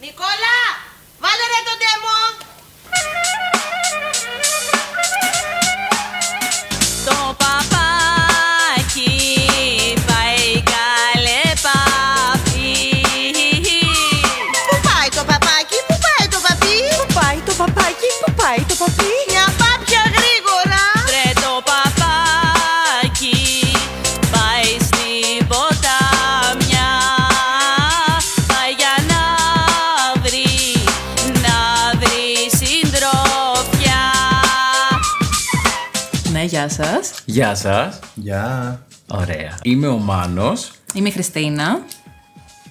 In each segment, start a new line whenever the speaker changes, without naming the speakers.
Νικόλα, βάλε ρε τον τέμο.
Το παπάκι πάει καλέ παπί.
Πού πάει το παπάκι, πού πάει το παπί.
Πού πάει το παπάκι, πού πάει το παπί.
Μια πάπια γρήγορα.
Ρε το παπάκι πάει στη ποτάμια. Πάει για να βρει, να βρει συντροφιά. Ναι, γεια σας.
Γεια σα.
Γεια.
Ωραία. Είμαι ο Μάνο.
Είμαι η Χριστίνα.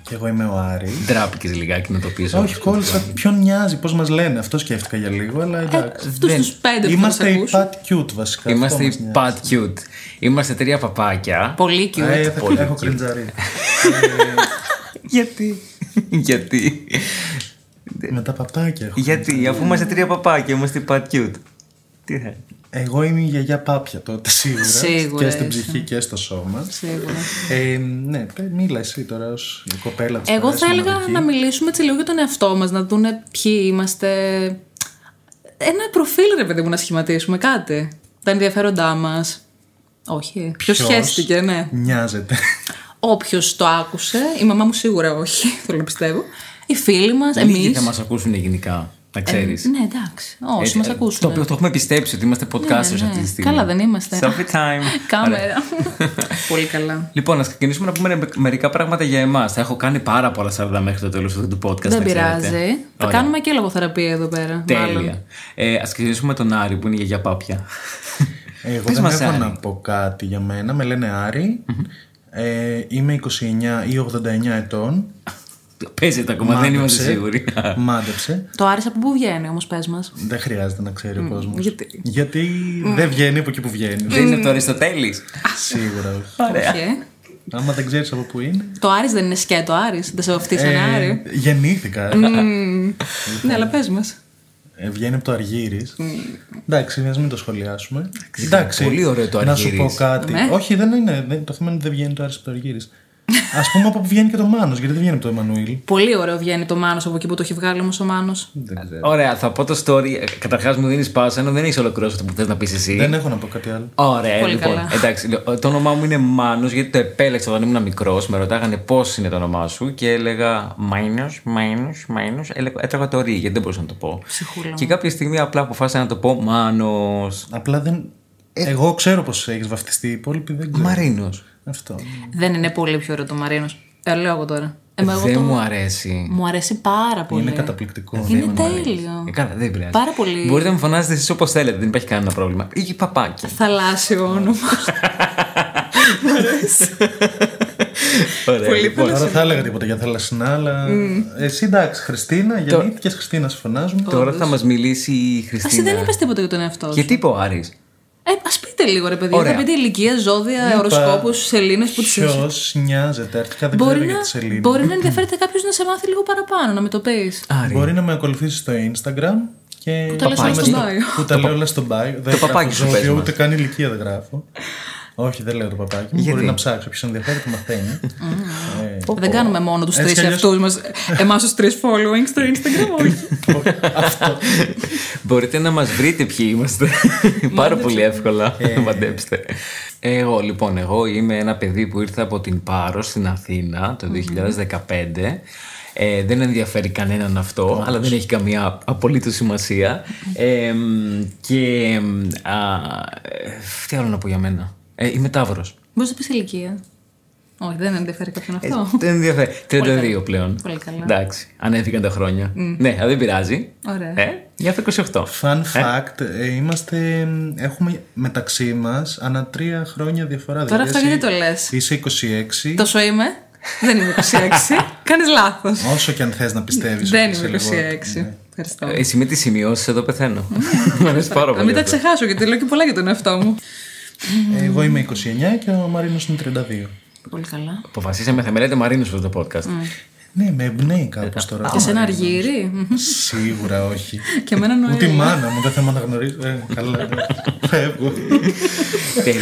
Και εγώ είμαι ο Άρης.
Ντράπηκες λιγάκι να το πεις.
Όχι, κόλλησα. Ποιον νοιάζει, πώς μας λένε. Αυτό σκέφτηκα για λίγο, αλλά
Ε,
εντάξει.
Αυτούς
Δεν-
τους πέντε που θα μας
Είμαστε οι
ακούσουν.
Pat Cute βασικά.
Είμαστε
Αυτό μας
οι
νοιάζει.
Pat Cute. Είμαστε τρία παπάκια.
Πολύ cute.
Ε, θα-
Πολύ
Έχω
cute.
κριντζαρί.
Γιατί. Γιατί.
Με τα παπάκια έχω.
Γιατί, αφού είμαστε τρία παπάκια, είμαστε οι Pat Cute. Τι θα.
Εγώ είμαι η γιαγιά Πάπια τότε σίγουρα.
Σίγουρα
Και στην
είσαι.
ψυχή και στο σώμα.
Σίγουρα.
Ε, ναι, πε- μίλα εσύ τώρα ως η κοπέλα της
Εγώ
παρέας,
θα έλεγα
μοναδική.
να μιλήσουμε έτσι λίγο για τον εαυτό μας, να δούνε ποιοι είμαστε. Ένα προφίλ, ρε παιδί μου, να σχηματίσουμε κάτι. Τα ενδιαφέροντά μας. Όχι. Ποιος
Ποιος
σχέστηκε, ναι.
Νοιάζεται.
Όποιος το άκουσε. Η μαμά μου σίγουρα όχι, θέλω να πιστεύω. Οι φίλοι μας, εμεί.
Λίγοι θα μας ακούσουν γενικά, να ξέρεις.
Ναι, εντάξει. Όσοι μα ακούσουν.
Ε, Το οποίο το έχουμε πιστέψει ότι είμαστε podcasters
Ναι, ναι.
αυτή τη στιγμή.
Καλά δεν είμαστε.
Selfie time. Ωραία.
Κάμερα. Πολύ καλά.
Λοιπόν, να ξεκινήσουμε να πούμε με- μερικά πράγματα για εμάς. Θα έχω κάνει πάρα πολλά σαρδά μέχρι το τέλος του podcast.
Δεν
να ξέρετε.
πειράζει. Θα
Ωραία.
κάνουμε και λογοθεραπεία εδώ πέρα. μάλλον.
Τέλεια. Ε, Ας ξεκινήσουμε τον Άρη που είναι η γιαγιά Πάπια.
Ε, Εγώ
Πες
δεν
μας,
έχω
Άρη.
να πω κάτι για μένα. Με λένε Άρη. Ε, είμαι 29 ή 89 ετών.
Παίζεται ακόμα, δεν είμαστε σίγουροι.
Μάντεψε.
Το Άρης από πού βγαίνει όμως, πες μας.
Δεν χρειάζεται να ξέρει ο κόσμος.
γιατί?
δεν βγαίνει από εκεί που βγαίνει.
δεν είναι το Αριστοτέλης.
Σίγουρα όχι.
Ωραία.
Άμα δεν ξέρεις από πού είναι.
ε. Το Άρης δεν είναι σκέτο Άρης, δεν σε βαφτίσανε
ε,
Άρη.
γεννήθηκα.
Ναι, αλλά πες μας.
Ε, βγαίνει από το Αργύρις. Εντάξει, α μην το σχολιάσουμε. Εντάξει,
πολύ ωραίο το
Να σου
Αργύρης.
πω κάτι.
Ναι.
Όχι, δεν είναι. δεν- το θέμα είναι ότι δεν βγαίνει το Άρης από το Αργύρις. Ας πούμε από που βγαίνει και το Μάνος, γιατί δεν βγαίνει από το Εμμανουήλ.
Πολύ ωραίο βγαίνει το Μάνος από εκεί που το έχει βγάλει όμως ο Μάνος.
Δεν, ξέρω.
Ωραία, θα πω το story. Καταρχάς μου δίνεις πάσα ενώ δεν έχεις ολοκληρώσει αυτό που θες να πεις εσύ.
δεν έχω να πω κάτι άλλο.
Ωραία,
Πολύ
λοιπόν.
καλά.
Εντάξει, λέω, το όνομά μου είναι Μάνος γιατί το επέλεξα όταν ήμουν μικρός. Με ρωτάγανε πώς είναι το όνομά σου και έλεγα Μάινος, Μάινο, Μάινο. Έτρεγα το ρί γιατί δεν μπορούσα να το πω.
Ψυχούλα
Και κάποια στιγμή απλά αποφάσισα να το πω Μάνος.
Απλά δεν.
Ε.
Εγώ ξέρω πως έχεις βαφτιστεί. Οι υπόλοιποι δεν ξέρουν.
Μαρίνος.
Αυτό.
Δεν είναι πολύ πιο ωραίο το Μαρίνος. Ε, λέω εγώ τώρα. Ε, μα εγώ
Δεν
το...
μου αρέσει.
μου αρέσει πάρα πολύ.
Είναι καταπληκτικό.
Ναι. Είναι τέλειο.
Ε, καλά, δεν πειράζει.
Πάρα πολύ.
Μπορείτε να με φωνάζετε εσείς όπως θέλετε, δεν υπάρχει κανένα πρόβλημα. Ή παπάκι.
Θαλάσσιο όνομα.
Ωραία, λοιπόν.
Τώρα θα έλεγα τίποτα για θαλασσινά, αλλά. Εσύ εντάξει, Χριστίνα, γεννήθηκες Χριστίνα, σου φωνάζουμε.
Τώρα θα μας μιλήσει η
Εσύ
Χριστίνα.
δεν είπες τίποτα για τον εαυτό σου.
Γιατί είπε ο Άρης.
Ε, ας πείτε λίγο ρε παιδιά,
Ωραία.
θα πείτε ηλικία, ζώδια, Ναι, οροσκόπους, σελήνες που τις έχεις.
Ποιο νοιάζεται, αρχικά δεν ξέρω
Μπορεί
για
να,
τη σελίδα.
μπορεί να ενδιαφέρεται κάποιος να σε μάθει λίγο παραπάνω, να με το πεις.
Άρη.
Μπορεί να με ακολουθήσει στο Instagram και.
τα λες όλα
Πάμε
στο bio.
Που τα λέω όλα στο bio. Δεν
παπάκι
γράφω
σου πες
ζώδιο,
μας.
ούτε καν ηλικία δεν γράφω. Όχι, δεν λέω το παπάκι μου. Μπορεί να ψάξω. Ποιος ενδιαφέρεται, μαθαίνει. Ε,
Δεν κάνουμε μόνο τους
Έτσι
τρεις
κι αλλιώς-
αυτού μας. Εμάς τους τρεις following στο Instagram, όχι.
Μπορείτε να μας βρείτε ποιοι είμαστε. Πάρα πολύ εύκολα.
Ε.
Μαντέψτε. Εγώ λοιπόν, εγώ είμαι ένα παιδί που ήρθα από την Πάρο στην Αθήνα το 2015. Ε, δεν ενδιαφέρει κανέναν αυτό, αλλά δεν έχει καμία απολύτως σημασία. Ε, μ, και. μ, α, ε, τι άλλο να πω για μένα. Ε, είμαι Ταύρος.
Μπορείς να πεις ηλικία. Όχι, δεν ενδιαφέρει κάποιον
Ε,
αυτό.
Δεν ενδιαφέρει. 32 πλέον.
Πολύ καλά.
Εντάξει, ανέβηκαν τα χρόνια. Ναι, αλλά δεν πειράζει.
Ωραία.
Ε, νιώθω 28.
Fun fact, ε, είμαστε, έχουμε μεταξύ μας ανά τρία χρόνια διαφορά. Δηλαδή,
Τώρα αυτό γιατί
εσύ
το λες.
Είσαι 26.
Τόσο είμαι. Δεν είμαι 26. Κάνεις λάθος.
Όσο και αν θες να πιστεύεις.
Δεν είμαι
Ναι.
26. Ευχαριστώ.
Εσύ με τις σημειώσεις εδώ πεθαίνω. Μ' αρέσει πάρα
Να
πολύ.
μην τα
αυτό.
ξεχάσω γιατί λέω και πολλά για τον εαυτό μου.
Ναι. Ε, Εγώ είμαι 29 και ο Μαρίνος είναι 32.
Πολύ καλά.
Αποφασίσαμε, θα με λέτε Μαρίνο αυτό το podcast.
Ναι, με εμπνέει κάπως τώρα. ο
Εσένα
Μαρίνος.
αργύρι. Μμμ.
Σίγουρα όχι.
Και εμένα
Ούτε η
νοέλα.
μάνα μου δεν θα με αναγνωρίζει. Ε, καλά. Φεύγω.
Τέλεια.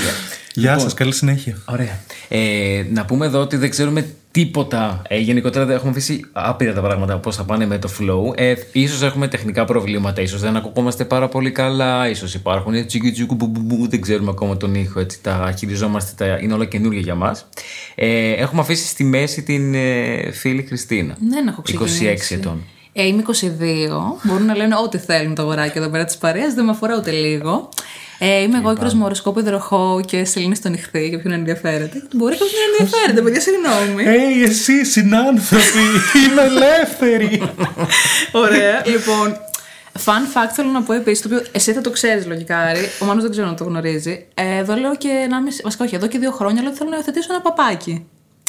Γεια σας, καλή συνέχεια.
Ωραία. Ε, να πούμε εδώ ότι δεν ξέρουμε τίποτα. Ε, γενικότερα δεν έχουμε αφήσει άπειρα τα πράγματα πώς θα πάνε με το flow. Ε, ίσως έχουμε τεχνικά προβλήματα, ίσως δεν ακουγόμαστε πάρα πολύ καλά, ίσως υπάρχουν τσίκι τσίκου μπου, μπου, μπου, δεν ξέρουμε ακόμα τον ήχο. Έτσι, τα χειριζόμαστε, τα, είναι όλα καινούργια για μας. Ε, έχουμε αφήσει στη μέση την ε, φίλη Χριστίνα.
Δεν Ναι, έχω ξεκινήσει.
26 ετών.
Ε, είμαι 22. Μπορούν να λένε ό,τι θέλουν τα αγοράκια εδώ πέρα της παρέας, δεν με αφορά ούτε λίγο. Ε, είμαι εγώ κύριο με οροσκόπο υδροχό και σελήνη στο νυχθή, για ποιον ενδιαφέρεται. Μπορεί κάποιος να ενδιαφέρεται, παιδιά, συγγνώμη.
Hey, εσύ συνάνθρωποι, είμαι ελεύθερη.
Ωραία, λοιπόν. Fun fact θέλω να πω επίσης, το οποίο εσύ θα το ξέρεις λογικά, Άρη. Ο Μάνος δεν ξέρω να το γνωρίζει. Ε, εδώ λέω και ένα μισή, βασικά όχι, εδώ και δύο χρόνια λέω ότι θέλω να υιοθετήσω ένα παπάκι.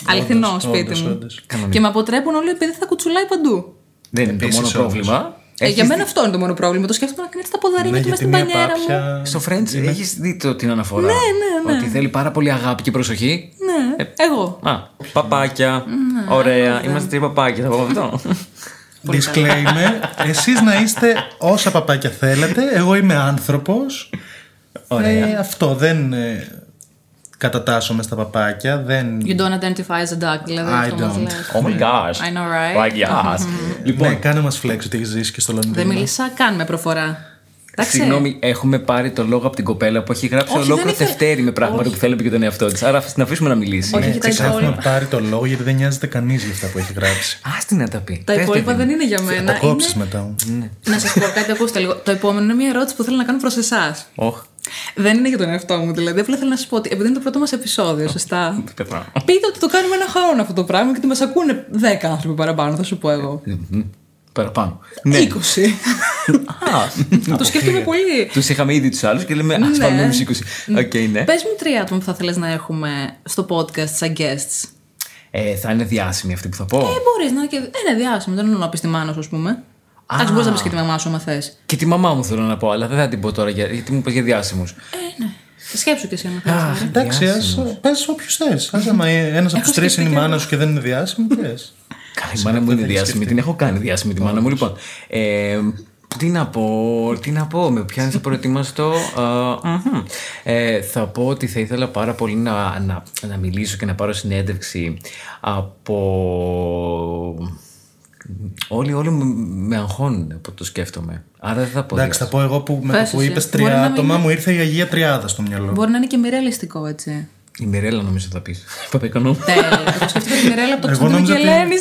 Αληθινό
όντως,
σπίτι μου.
όντως.
Κανονικά.
Και με αποτρέπουν όλοι επειδή θα κουτσουλάει παντού.
Δεν είναι
Επίσης
το μόνο
όμως.
πρόβλημα.
Ε,
Έχεις
για μένα αυτό είναι το μόνο πρόβλημα. Το σκέφτομαι να κάνει τα
Ναι,
ποδαρίνια του μέσα στην πανιέρα μου.
δει- Στο Friends έχεις δει το, την αναφορά.
ναι, ναι.
Ότι θέλει πάρα πολύ αγάπη και προσοχή.
Ναι,
Ε,
εγώ.
Α, παπάκια. Ωραία. Είμαστε τρία παπάκια. Θα πάμε αυτό.
Disclaimer, εσείς να είστε όσα παπάκια θέλετε, εγώ είμαι άνθρωπος.
Ωραία.
Ε, αυτό, δεν ε, κατατάσσομαι στα παπάκια, δεν...
You don't identify as a duck, δηλαδή.
I
αυτό μας
don't.
λες.
Oh my gosh.
I know, right?
Like, yes.
Ναι,
Λοιπόν,
κάνε μας flex ότι έχεις ζήσει και στο
Δεν
Λονδίνο.
μίλησα καν με προφορά. Εντάξει.
Λοιπόν, συγγνώμη, έχουμε πάρει το λόγο από την κοπέλα που έχει γράψει
Όχι, δεν
ολόκληρο
ήθελε-
Δευτέρι με πράγματα που θέλει να πει για τον εαυτό της. Άρα ας την αφήσουμε να μιλήσει. Ε,
Όχι, κοιτάει
Ξέχασε να
υπόλοιπα.
πάρει το λόγο γιατί δεν νοιάζεται κανείς για αυτά που έχει γράψει.
Α την να τα πει.
Τα
Πες
υπόλοιπα
την.
δεν είναι για
Θα τα
μένα.
κόψεις
Ε, Είναι- Ναι,
μετά.
Να σας πω κάτι, ακούστε λίγο. Το επόμενο είναι μια ερώτηση που θέλω να κάνω προς εσάς.
Οχ,
Δεν είναι για τον εαυτό μου, δηλαδή. Απλά θέλω να σας πω ότι επειδή είναι το πρώτο μας επεισόδιο, σωστά.
πετράω.
Πείτε ότι το κάνουμε ένα χρόνο αυτό το πράγμα και ότι μας ακούνε 10 άνθρωποι παραπάνω, θα σου πω εγώ.
Μμμ. Ε, Παραπάνω. Ναι.
20.
Α,
το σκέφτομαι πολύ.
Τους είχαμε ήδη τους άλλους και λέμε Α
Ναι.
πάμε με του 20. Οκ, ναι.
Πες μου τρία άτομα που θα θέλεις να έχουμε στο podcast σαν guests.
Ε, θα είναι διάσημη αυτή που θα πω.
Ε, μπορείς να είναι και. Ε, ναι, διάσημο, δεν εννοώ να πεις τη μάνα, ας πούμε.
Α.
Α μπορείς να πεις και τη μαμά σου, άμα θες.
Και τη μαμά μου θέλω να πω, αλλά δεν θα την πω τώρα για- γιατί μου είπες για διάσημους.
Ε, ναι. Σκέψου και εσύ, άμα θες.
Αχ,
Εντάξει, ας, πες όποιους θες. Ας άμα ε, ένας από τους τρεις είναι η μάνα σου και δεν είναι διάσημη, πες.
Καλά, η μάνα μου είναι διάσημη. Την έχω κάνει διάσημη τη μάνα μου, λοιπόν. Ε, τι να πω, τι να πω, με πιάνεις απροετοίμαστο. Α, μμμ. Ε, θα πω ότι θα ήθελα πάρα πολύ να, να, να μιλήσω και να πάρω συνέντευξη από... Όλοι, όλοι με, με αγχώνουν από το σκέφτομαι. Άρα δεν θα πω
Εντάξει, θα
διάσημη.
πω εγώ που με
Πες
το που
εσύ.
είπες
Μπορεί
τρία
να
άτομα
μην-
μου ήρθε η Αγία Τριάδα στο μυαλό.
Μπορεί να είναι και μη ρεαλιστικό, έτσι.
Η Μιρέλα νομίζω θα πεις. Παπεκανού.
Τέλεια. Εγώ σκέφτηκα τη Μιρέλα από το
Εγώ
Κωνσταντίνο και
νόμιζα ότι-
Ελένη.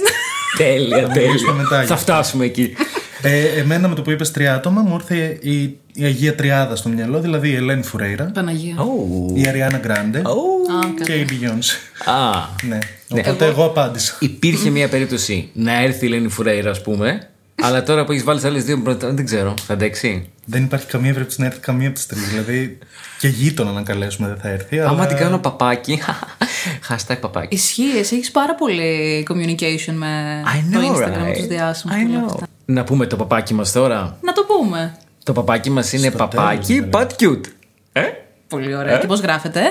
τέλεια,
Στο
τέλεια.
μετάλλιο.
θα φτάσουμε εκεί.
Ε, εμένα με το που είπες τρία άτομα μου ήρθε η, η Αγία Τριάδα στο μυαλό, δηλαδή η Ελένη Φουρέιρα,
Παναγία.
Ου.
η Αριάννα Γκράντε
Ου.
Α, καλά.
και η Beyoncé.
Α,
ναι. Οπότε εγώ απάντησα.
Υπήρχε μια περίπτωση να έρθει η Ελένη Φουρέιρα, ας πούμε. αλλά τώρα που έχεις βάλει άλλες δύο πρώτα, δεν ξέρω, θα αντέξει.
Δεν υπάρχει καμία περίπτωση να έρθει καμία από τι τρει. Δηλαδή και γείτονα να καλέσουμε δεν θα έρθει. Αλλά...
Άμα την κάνω παπάκι. Hashtag παπάκι.
Ισχύει, εσύ έχεις πάρα πολύ communication με
I
το
know,
Instagram,
right?
τους διάσημους
I know. Να πούμε το παπάκι μας τώρα.
Να το πούμε.
Το παπάκι μας είναι παπάκι,
τέλος,
but cute. Ε?
Πολύ ωραία. Και ε? πώ γράφεται.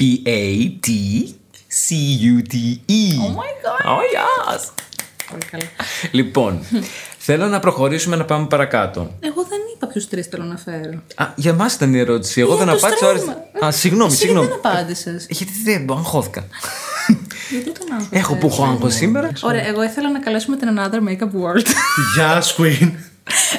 P-A-T-C-U-T-E.
Oh my God.
Oh yes.
Πολύ καλά.
Λοιπόν, θέλω να προχωρήσουμε να πάμε παρακάτω.
Εγώ δεν είπα ποιους τρεις θέλω να φέρω.
Α, για εμά ήταν η ερώτηση. Εγώ
Για
δεν
Ε, το
απάντησα.
στρώμα.
άρα- Α, συγγνώμη,
Εσύ
συγγνώμη.
Δεν απάντησες.
Γιατί δεν αγχώθηκα.
Γιατί τον άγχος
Έχω που
Ναι,
έχω άγχος σήμερα.
Ωραία, εγώ ήθελα να καλέσουμε την Another Makeup World.
Γεια σου, Queen.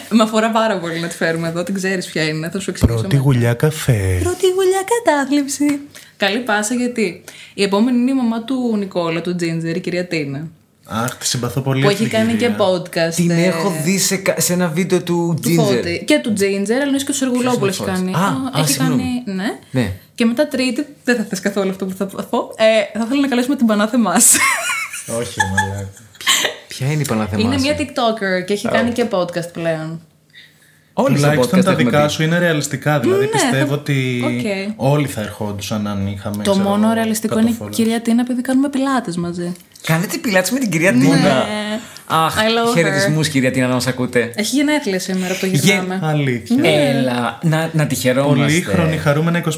Με αφορά πάρα πολύ να τη φέρουμε εδώ, την ξέρεις ποια είναι, θα σου εξηγήσω.
Πρώτη γουλιά καφέ.
Πρώτη γουλιά κατάθλιψη. Καλή πάσα γιατί η επόμενη είναι η μαμά του Νικόλα, του Τζίντζερ, η κυρία Τίνα.
Αχ, τη συμπαθώ πολύ.
Που
αυτή
έχει
την
κάνει και
κυρία.
podcast.
Την
ε,
έχω δει σε, κα- σε ένα βίντεο του
του
Ginger.
Φώτη. Και του Τζίντζερ, αλλά είναι και του Σεργουλόπουλου
είναι
έχει
ο Φώτης?
κάνει.
Α, α,
έχει
συγγνώμη.
κάνει. Ναι.
Ναι.
Και μετά τρίτη, δεν θα θες καθόλου αυτό που θα πω. Ε, θα θέλω να καλέσουμε την Πανάθε μας.
Όχι, ρε μαλάκα.
Ποια είναι η Παναθεμάση.
είναι μια TikToker και έχει κάνει και podcast πλέον.
Όλοι στα
Τουλάχιστον
podcast
τα
έχουμε
δικά
πει.
σου είναι ρεαλιστικά. Δηλαδή πιστεύω ότι
Ναι. Οκ.
όλοι θα ερχόντουσαν αν είχαμε.
Το
ξέρω,
μόνο ρεαλιστικό είναι η
κατοφόρα.
κυρία Τίνα επειδή κάνουμε πιλάτες μαζί.
Κάνετε πιλάτσι με την κυρία Τίνα. Αχ,
Ναι. I love her.
χαιρετισμού κυρία Τίνα να μας ακούτε.
Έχει γενέθλια σήμερα από το γυρνάμε.
Αλήθεια.
Ναι.
Έλα, να, να τη χαιρόμαστε.
Πολύχρονη, χαρούμενα 25.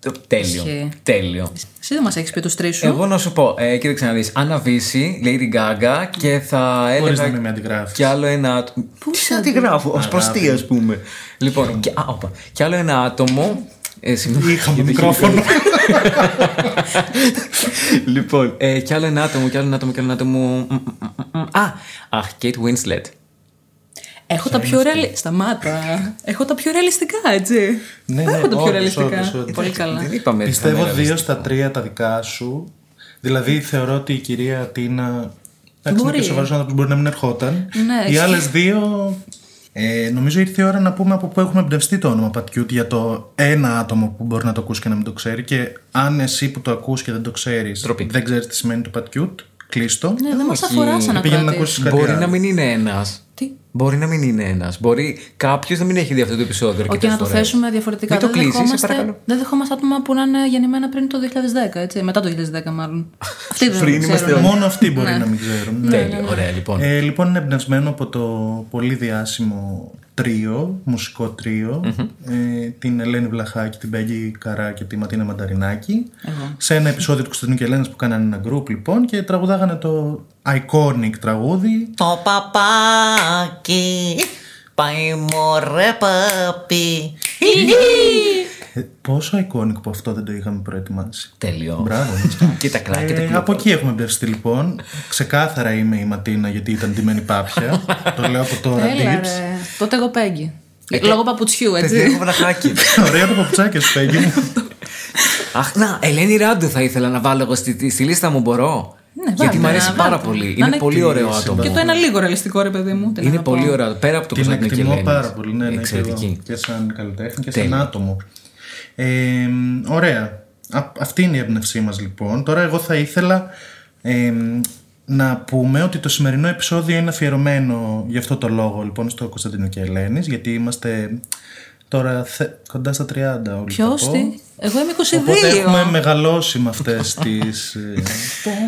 Το- Τέλειο.
Ισχύει.
Τέλειο.
Εσύ δεν μας έχεις πει τους τρεις σου.
Εγώ να σου πω, ε, κοίταξε να δεις. Αναβήσει, Lady Gaga και θα
Χωρί να μην
έλεγα.
με αντιγράφεις.
Κι άλλο ένα άτομο. Πού να τη γράφω, ω προ τι, ας πούμε. Λοιπόν, και, α, όπα. κι άλλο ένα άτομο. Ε, συγγνώμη,
Είχαμε
για το
μικρόφωνο.
χειροκρότημα. λοιπόν, ε, κι άλλο ένα άτομο, κι άλλο ένα άτομο, κι άλλο ένα άτομο. Μ, μ, μ, μ. Α, αχ, Kate Winslet.
Έχω τα πιο ρεαλιστικά. Σταμάτα. Έχω τα πιο ρεαλιστικά, έτσι.
Ναι,
Δεν
ναι,
έχω τα πιο
όντως,
ρεαλιστικά.
όντως, όντως.
Πολύ καλά.
Δεν είπαμε ότι θα
Πιστεύω
είναι
δύο
ρεαλιστικό.
στα τρία τα δικά σου. Δηλαδή θεωρώ ότι η κυρία Τίνα. Εντάξει, είναι
Μπορεί.
και σοβαρός άνθρωπος, μπορεί να μην ερχόταν.
Ναι,
Οι
ισχύει.
άλλες δύο. Ε, νομίζω ήρθε η ώρα να πούμε από πού έχουμε εμπνευστεί το όνομα Πατιούτ για το ένα άτομο που μπορεί να το ακούσει και να μην το ξέρει. Και αν εσύ που το ακούς και δεν το ξέρεις,
Ντροπή.
δεν ξέρεις τι σημαίνει το Πατιούτ, κλείστο.
Ναι, δεν μας
Όχι.
αφορά σαν
Πήγαινε να
ακροατής.
ακούσεις κάτι
Μπορεί
άλλο.
να μην είναι ένας.
Τι?
Μπορεί να μην είναι ένας. Μπορεί κάποιος να μην έχει δει αυτό το επεισόδιο.
Όχι,
αρκετές
να το
φορές.
θέσουμε διαφορετικά.
Μην το
δεν,
κλείσεις, σε
δεχόμαστε,
παρακαλώ.
δεν δεχόμαστε άτομα που να είναι γεννημένα πριν το 2010, έτσι. Μετά το 2010, μάλλον. Αυτοί δεν
Πριν
το
είμαστε
ξέρουν.
Μόνο αυτοί μπορεί να μην ξέρουν. ναι.
Τέλεια. Ωραία, λοιπόν.
Ε, λοιπόν, είναι εμπνευσμένο από το πολύ διάσημο τρίο, μουσικό τρίο, ε, την Ελένη Βλαχάκη, την Πέγγι Καρά και τη Ματίνα Μανταρινάκη. Σε ένα επεισόδιο του Κωνσταντινού και Ελένας που κάνανε ένα γκρουπ λοιπόν και τραγουδάγανε το iconic τραγούδι.
Το παπάκι πάει μωρέ παπί.
Ε, πόσο iconic που αυτό δεν το είχαμε προετοιμάσει.
Τέλειο.
Μπράβο. ναι.
Κοίτα κράκη,
Ε, από εκεί έχουμε εμπνευστεί λοιπόν. Ξεκάθαρα είμαι η Ματίνα γιατί ήταν ντυμένη πάπια. το λέω από τώρα.
Έλα,
tips.
ρε. Τότε εγώ πέγγι.
Ε,
Λόγω παπουτσιού,
Παιδιά, έχω
έτσι.
βραχάκι.
Ωραία το παπουτσάκι σου, Πέγγι μου.
Αχ, να, Ελένη Ράντου θα ήθελα να βάλω εγώ στη, στη λίστα μου, μπορώ. Γιατί
βάλτε,
μου αρέσει
να
πάρα
βάλτε.
πολύ.
Να
Είναι
είναι
πολύ
εκτιμήσει,
ωραίο άτομο.
Και το ένα λίγο ρεαλιστικό, ρε παιδί μου. τι να
Είναι
να πω.
πολύ ωραίο. Πέρα από το
Την
Κωνσταντινό και
εκτιμώ
Ελένη.
πάρα πολύ. Ναι, ναι, και, εγώ.
Εξαιρετική.
και σαν καλλιτέχνη και
Τέλεια.
σαν άτομο. Ε, μ, ωραία. Α- αυτή είναι η έμπνευσή μας λοιπόν. Τώρα εγώ θα ήθελα ε, μ, να πούμε ότι το σημερινό επεισόδιο είναι αφιερωμένο γι' αυτό το λόγο λοιπόν στο Κωνσταντινό και Ελένης γιατί είμαστε τώρα θε- κοντά στα 30 όλοι
Ποιο,
θα πω.
τι. Εγώ είμαι 22.
Οπότε έχουμε μεγαλώσει με αυτές τις, ε,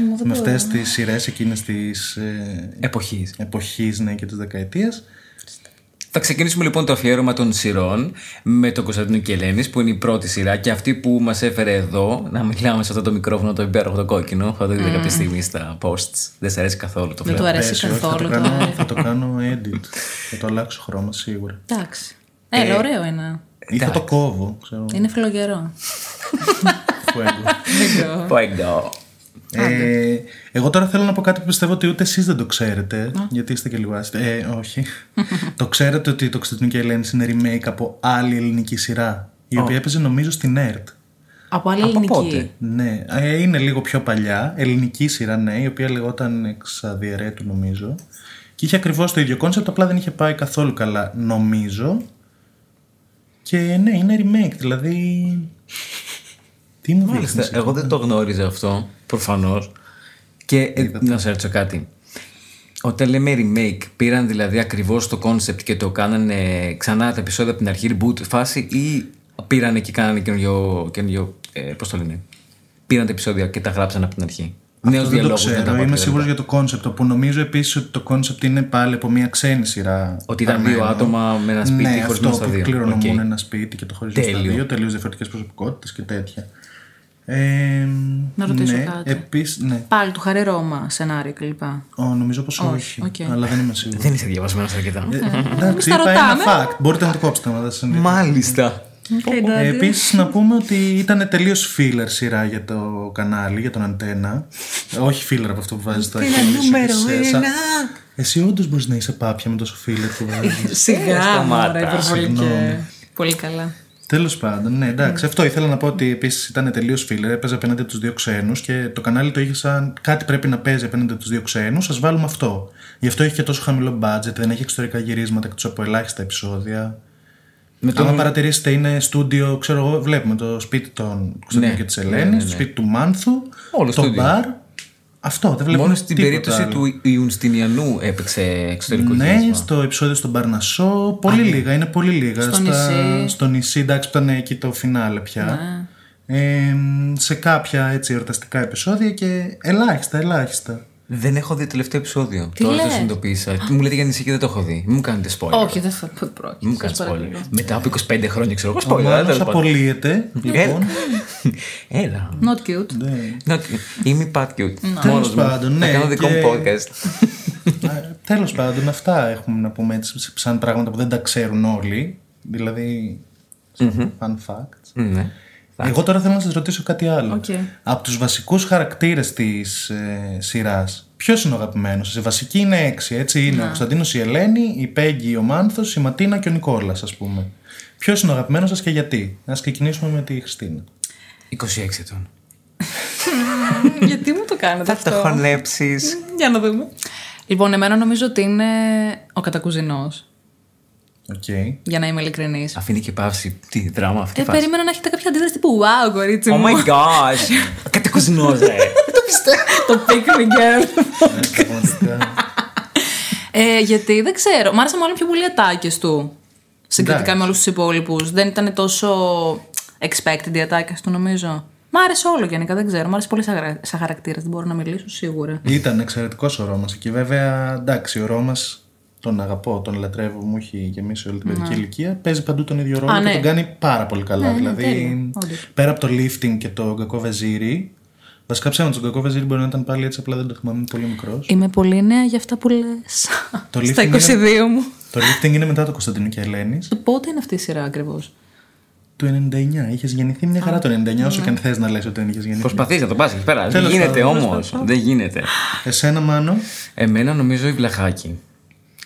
μου,
με αυτές τις σειρές εκείνες τις ε,
Εποχής.
εποχής ναι, και της δεκαετίας.
Θα ξεκινήσουμε λοιπόν το αφιέρωμα των σειρών με τον Κωνσταντίνο Κελένη, που είναι η πρώτη σειρά και αυτή που μας έφερε εδώ να μιλάμε σε αυτό το μικρόφωνο το υπέροχο το κόκκινο. Θα το
Mm.
δείτε κάποια στιγμή στα posts. Δεν σε αρέσει καθόλου το
Δεν
βλέπω.
του αρέσει
Πέσει, όχι, θα το
καθόλου ναι.
κάνω,
το.
θα το κάνω edit. θα το αλλάξω χρώμα σίγουρα.
Εντάξει.
Ε,
Έλα, ωραίο ένα.
Ή θα το κόβω, ξέρω.
Είναι φιλογερό.
fuego.
Δεν ξέρω.
Fuego.
ε, εγώ τώρα θέλω να πω κάτι που πιστεύω ότι ούτε εσείς δεν το ξέρετε. Γιατί είστε και λίγο άσχετοι. Ε, όχι. το ξέρετε ότι το Ξετινού και Ελένη είναι remake από άλλη ελληνική σειρά. Η οποία έπαιζε νομίζω στην ΕΡΤ.
Από άλλη
Από
ελληνική.
πότε.
Ναι, ε, είναι λίγο πιο παλιά. Ελληνική σειρά, ναι, η οποία λεγόταν Εξαδιαιρέτου, νομίζω. Και είχε ακριβώς το ίδιο κόνσεπτ, απλά δεν είχε πάει καθόλου καλά, νομίζω. Και ναι, είναι remake, δηλαδή. Τι μου
Μάλιστα,
δείχνεις
εγώ δεν το γνώριζα αυτό, προφανώς. Και ε, να σε ρωτήσω κάτι. Όταν λέμε remake, πήραν δηλαδή ακριβώς το concept και το κάνανε ξανά τα επεισόδια από την αρχή, reboot φάση, ή πήρανε και κάνανε καινούριο. καινούριο ε, Πώς το λένε. Πήραν τα επεισόδια και τα γράψαν από την αρχή. Νέο
Αυτό δεν το
διαλόγος.
ξέρω. είμαι σίγουρος για το κόνσεπτ. Που νομίζω επίσης ότι το κόνσεπτ είναι πάλι από μια ξένη σειρά.
Ότι ήταν δύο
Παραμένω.
άτομα με ένα σπίτι
ναι,
χωρισμένο
αυτό
στα δύο.
Που κληρονομούν
Οκ.
ένα σπίτι και το χωρίζουν στα
Τέλειο.
δύο, τελείως διαφορετικές προσωπικότητες και τέτοια. Ε,
Να ρωτήσω
ναι,
κάτι.
Επίσης, ναι.
Πάλι του χαρέ Ρώμα, σενάριο κλπ.
Ω, νομίζω πως όχι.
οκ.
Αλλά δεν είμαι σίγουρος.
Δεν είσαι διαβασμένος αρκετά.
Ε, Εντάξει,
Εμείς τα
είπα ένα
ρωτάμε. Ναι.
fact. Μπορείτε να το κόψετε άμα δεν συμβεί.
Μάλιστα.
Ε, επίσης να πούμε ότι ήταν τελείως filler σειρά για το κανάλι, για τον αντένα. Ε, Όχι filler από αυτό που βάζεις το iPhone. νούμερο Εσύ όντως μπορείς να είσαι πάπια με τόσο filler που βάζεις.
Σιγά, μάρα, υπερβολικέ. Πολύ καλά.
Τέλος πάντων, ναι, εντάξει. Αυτό ήθελα να πω ότι επίσης ήταν τελείως φίλε. Έπαιζε απέναντι τους δύο ξένους και το κανάλι το είχε σαν κάτι πρέπει να παίζει απέναντι τους δύο ξένους. Σα βάλουμε αυτό. Γι' αυτό έχει και τόσο χαμηλό budget, δεν έχει εξωτερικά γυρίσματα εκτός από ελάχιστα επεισόδια.
Με
Άμα
τον
παρατηρήσετε, είναι στούντιο, ξέρω εγώ, βλέπουμε το σπίτι των Κωνσταντίνου
Ναι,
και της Ελένη, το σπίτι του Μάνθου,
Όλο
το
στούντιο.
μπαρ. Αυτό δεν βλέπουμε.
Μόνο στην
τίποτα
περίπτωση
άλλο.
του Ιουνστινιανού έπαιξε εξωτερικό
Ναι,
γύρισμα.
στο επεισόδιο στον Παρνασσό. Πολύ λίγα, είναι πολύ λίγα.
Στο νησί. Ναι.
στο νησί, εντάξει, που ήταν εκεί το φινάλε πια. Ε, σε κάποια έτσι εορταστικά επεισόδια και ελάχιστα, ελάχιστα.
Δεν έχω δει το τελευταίο επεισόδιο.
Τι
Τώρα το
λες?
συνειδητοποίησα. Μου λέτε για νησί και δεν το έχω δει. Μην μου κάνετε spoiler.
Όχι, δεν θα πω
Μην μου
πρόκειται.
κάνετε
σας παρακαλώ.
spoiler. Μετά από 25 χρόνια ξέρω εγώ
Ο
spoiler. αλλά
Μάνος
τέλος πάντων.
απολύεται.
Έλα.
λοιπόν.
Έλα.
Not cute.
Να- Είμαι η Pat Cute. Μόνος
Τέλος
μου.
πάντων,
Να
ναι,
κάνω δικό μου
και-
podcast.
Τέλος πάντων, αυτά έχουμε να πούμε έτσι, σαν πράγματα που δεν τα ξέρουν όλοι. Δηλαδή. Fun facts.
Ναι.
Εγώ τώρα θέλω να σας ρωτήσω κάτι άλλο.
Οκ.
Από τους βασικούς χαρακτήρες της ε, σειράς, ποιος είναι ο αγαπημένος σα. Η βασική είναι έξι, έτσι. Είναι ο Κωνσταντίνος, η Ελένη, η Πέγγι, ο Μάνθος, η Ματίνα και ο Νικόλας, ας πούμε. Ποιος είναι ο αγαπημένος σας και γιατί. Να ξεκινήσουμε με τη Χριστίνα.
26 ετών.
Ε, Γιατί μου το κάνετε
Θα το
αυτό.
χωνέψει.
Για να δούμε. Λοιπόν, εμένα νομίζω ότι είναι ο κατακουζινός.
Οκ.
Για να είμαι ειλικρινής.
Αφήνει και παύση. Τι δράμα αυτή.
Ε,
η φάση.
περίμενα να έχετε κάποια αντίδραση τύπου Wow, κορίτσι
Oh
μου.
my gosh. Κατακουσνό, ρε.
το pick me girl.
Ε, πραγματικά.
ε, γιατί δεν ξέρω. Μ' άρεσαν μάλλον πιο πολύ οι ατάκες του. Συγκριτικά
Εντάξει.
με όλους τους υπόλοιπους. Δεν ήταν τόσο expected οι ατάκες του, νομίζω. Μ' άρεσε όλο γενικά, δεν ξέρω. Μ' άρεσε πολύ σαν χαρα- σαν χαρακτήρας. Δεν μπορώ να μιλήσω σίγουρα.
Ήταν εξαιρετικός ο Ρώμας. Και βέβαια, εντάξει, ο Ρώμας τον αγαπώ, τον λατρεύω, μου έχει γεμίσει όλη την παιδική ηλικία. Παίζει παντού τον ίδιο ρόλο
Ναι. Α,
και
ναι.
τον κάνει πάρα πολύ καλά. δηλαδή,
τέλειο, όντως.
πέρα από το lifting και το κακό βεζίρι. Βασικά ψέματα, τον κακό βεζίρι μπορεί να ήταν πάλι έτσι, απλά δεν το θυμάμαι, είναι πολύ μικρός.
Είμαι πολύ νέα για αυτά που λες.
Το
Στα 22
lifting
μου.
το lifting είναι μετά το Κωνσταντινού και Ελένης.
Το πότε είναι αυτή η σειρά ακριβώς.
Του 99. Είχες γεννηθεί μια χαρά το 99, όσο και αν θες να λες ότι δεν είχες γεννηθεί.
Προσπαθείς να το πας εκεί πέρα. Δεν
Τέλος
γίνεται
πάντων,
όμως. Δεν γίνεται.
Εσένα, Μάνο.
Εμένα νομίζω η Βλαχάκη.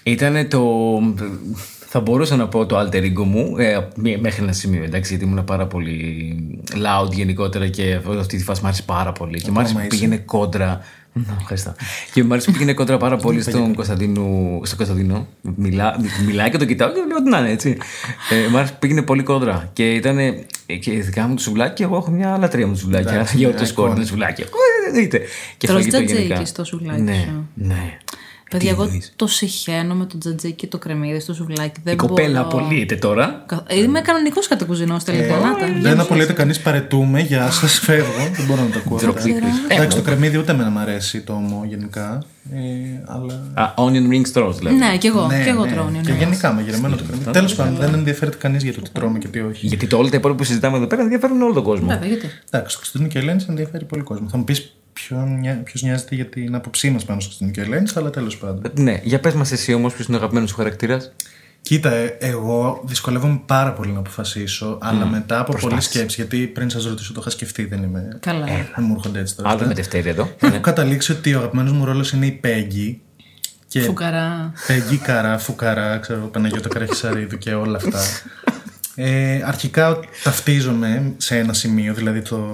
Ήταν το. Θα μπορούσα να πω το alter ego μου ε, μέχρι ένα σημείο, εντάξει, γιατί ήμουν πάρα πολύ loud γενικότερα και αυτό- αυτή τη φάση μου άρεσε πάρα πολύ. Και μου άρεσε που πήγαινε κόντρα. Να, ευχαριστώ. Και μου άρεσε που πήγαινε κόντρα πάρα πολύ στον Κωνσταντίνο. Στον Κωνσταντίνο. Μιλά, μιλάει και τον κοιτάω και λέω τι να είναι έτσι. Ε, μου άρεσε που πήγαινε πολύ κόντρα. Και ήταν. Και ειδικά μου του σουβλάκι, εγώ έχω μια λατρεία μου του σουβλάκια. Για ό,τι σκόρ, είναι σουβλάκι. Ε, ε, είτε. Και
Τρως
φαγητό
τζατζίκι
γενικά.
στο σουβλάκι
Ναι,
σου.
ναι.
Παιδιά,
Τι
εγώ
εννοείς?
το συχαίνω με το τζατζίκι και το κρεμμύδι στο σουβλάκι. Δεν
Η κοπέλα
μπορώ.
απολύεται τώρα.
Κα- Είμαι κανονικός κατακουζινός τελικά.
Ε,
Να τα.
Δεν απολύεται κανείς, παρετούμε. Γεια σας, φεύγω. δεν μπορώ να το ακούω. αυτά.
Ντροπή, Κρυς.
Εντάξει, το κρεμμύδι ούτε εμένα μ' αρέσει το ομό γενικά. Ε, αλλά
Α, onion ring straws δηλαδή.
Ναι, κι εγώ. κι εγώ τρώνε.
Και
ναι.
γενικά μαγειρεμένο το κρεμμύδι. Τέλος πάντων, δεν ενδιαφέρεται κανείς για το τι τρώμε και τι όχι.
Γιατί το όλο τα υπόλοιπα που συζητάμε εδώ πέρα ενδιαφέρουν όλο τον κόσμο.
Βέβαια, Ε, γιατί.
Εντάξει, το Χριστουγεννιού και Ελένη ενδιαφέρει πολύ κόσμο. Θα μου πεις ποιος νοιάζεται για την άποψή μας πάνω στο Χριστουγεννιού και Ελένη, αλλά τέλος πάντων.
Ναι, για πες μας εσύ όμως ποιος είναι ο αγαπημένος σου χαρακτήρας.
Κοίτα, ε, εγώ δυσκολεύομαι πάρα πολύ να αποφασίσω, αλλά μετά από πολλή σκέψη, γιατί πριν σας ρωτήσω το είχα σκεφτεί, δεν είμαι.
Καλά.
Δεν μου έρχονται έτσι τώρα.
Ε. Άλλο
αυτά.
με Δευτέρη εδώ.
Έχω καταλήξει ότι ο αγαπημένος μου ρόλος είναι η Πέγγι. Και
Φουκαρά.
Πέγγι Καρά, Φουκαρά, ξέρω, Παναγιώτα Καραχισαρίδου και όλα αυτά. Ε, αρχικά ταυτίζομαι σε ένα σημείο, δηλαδή το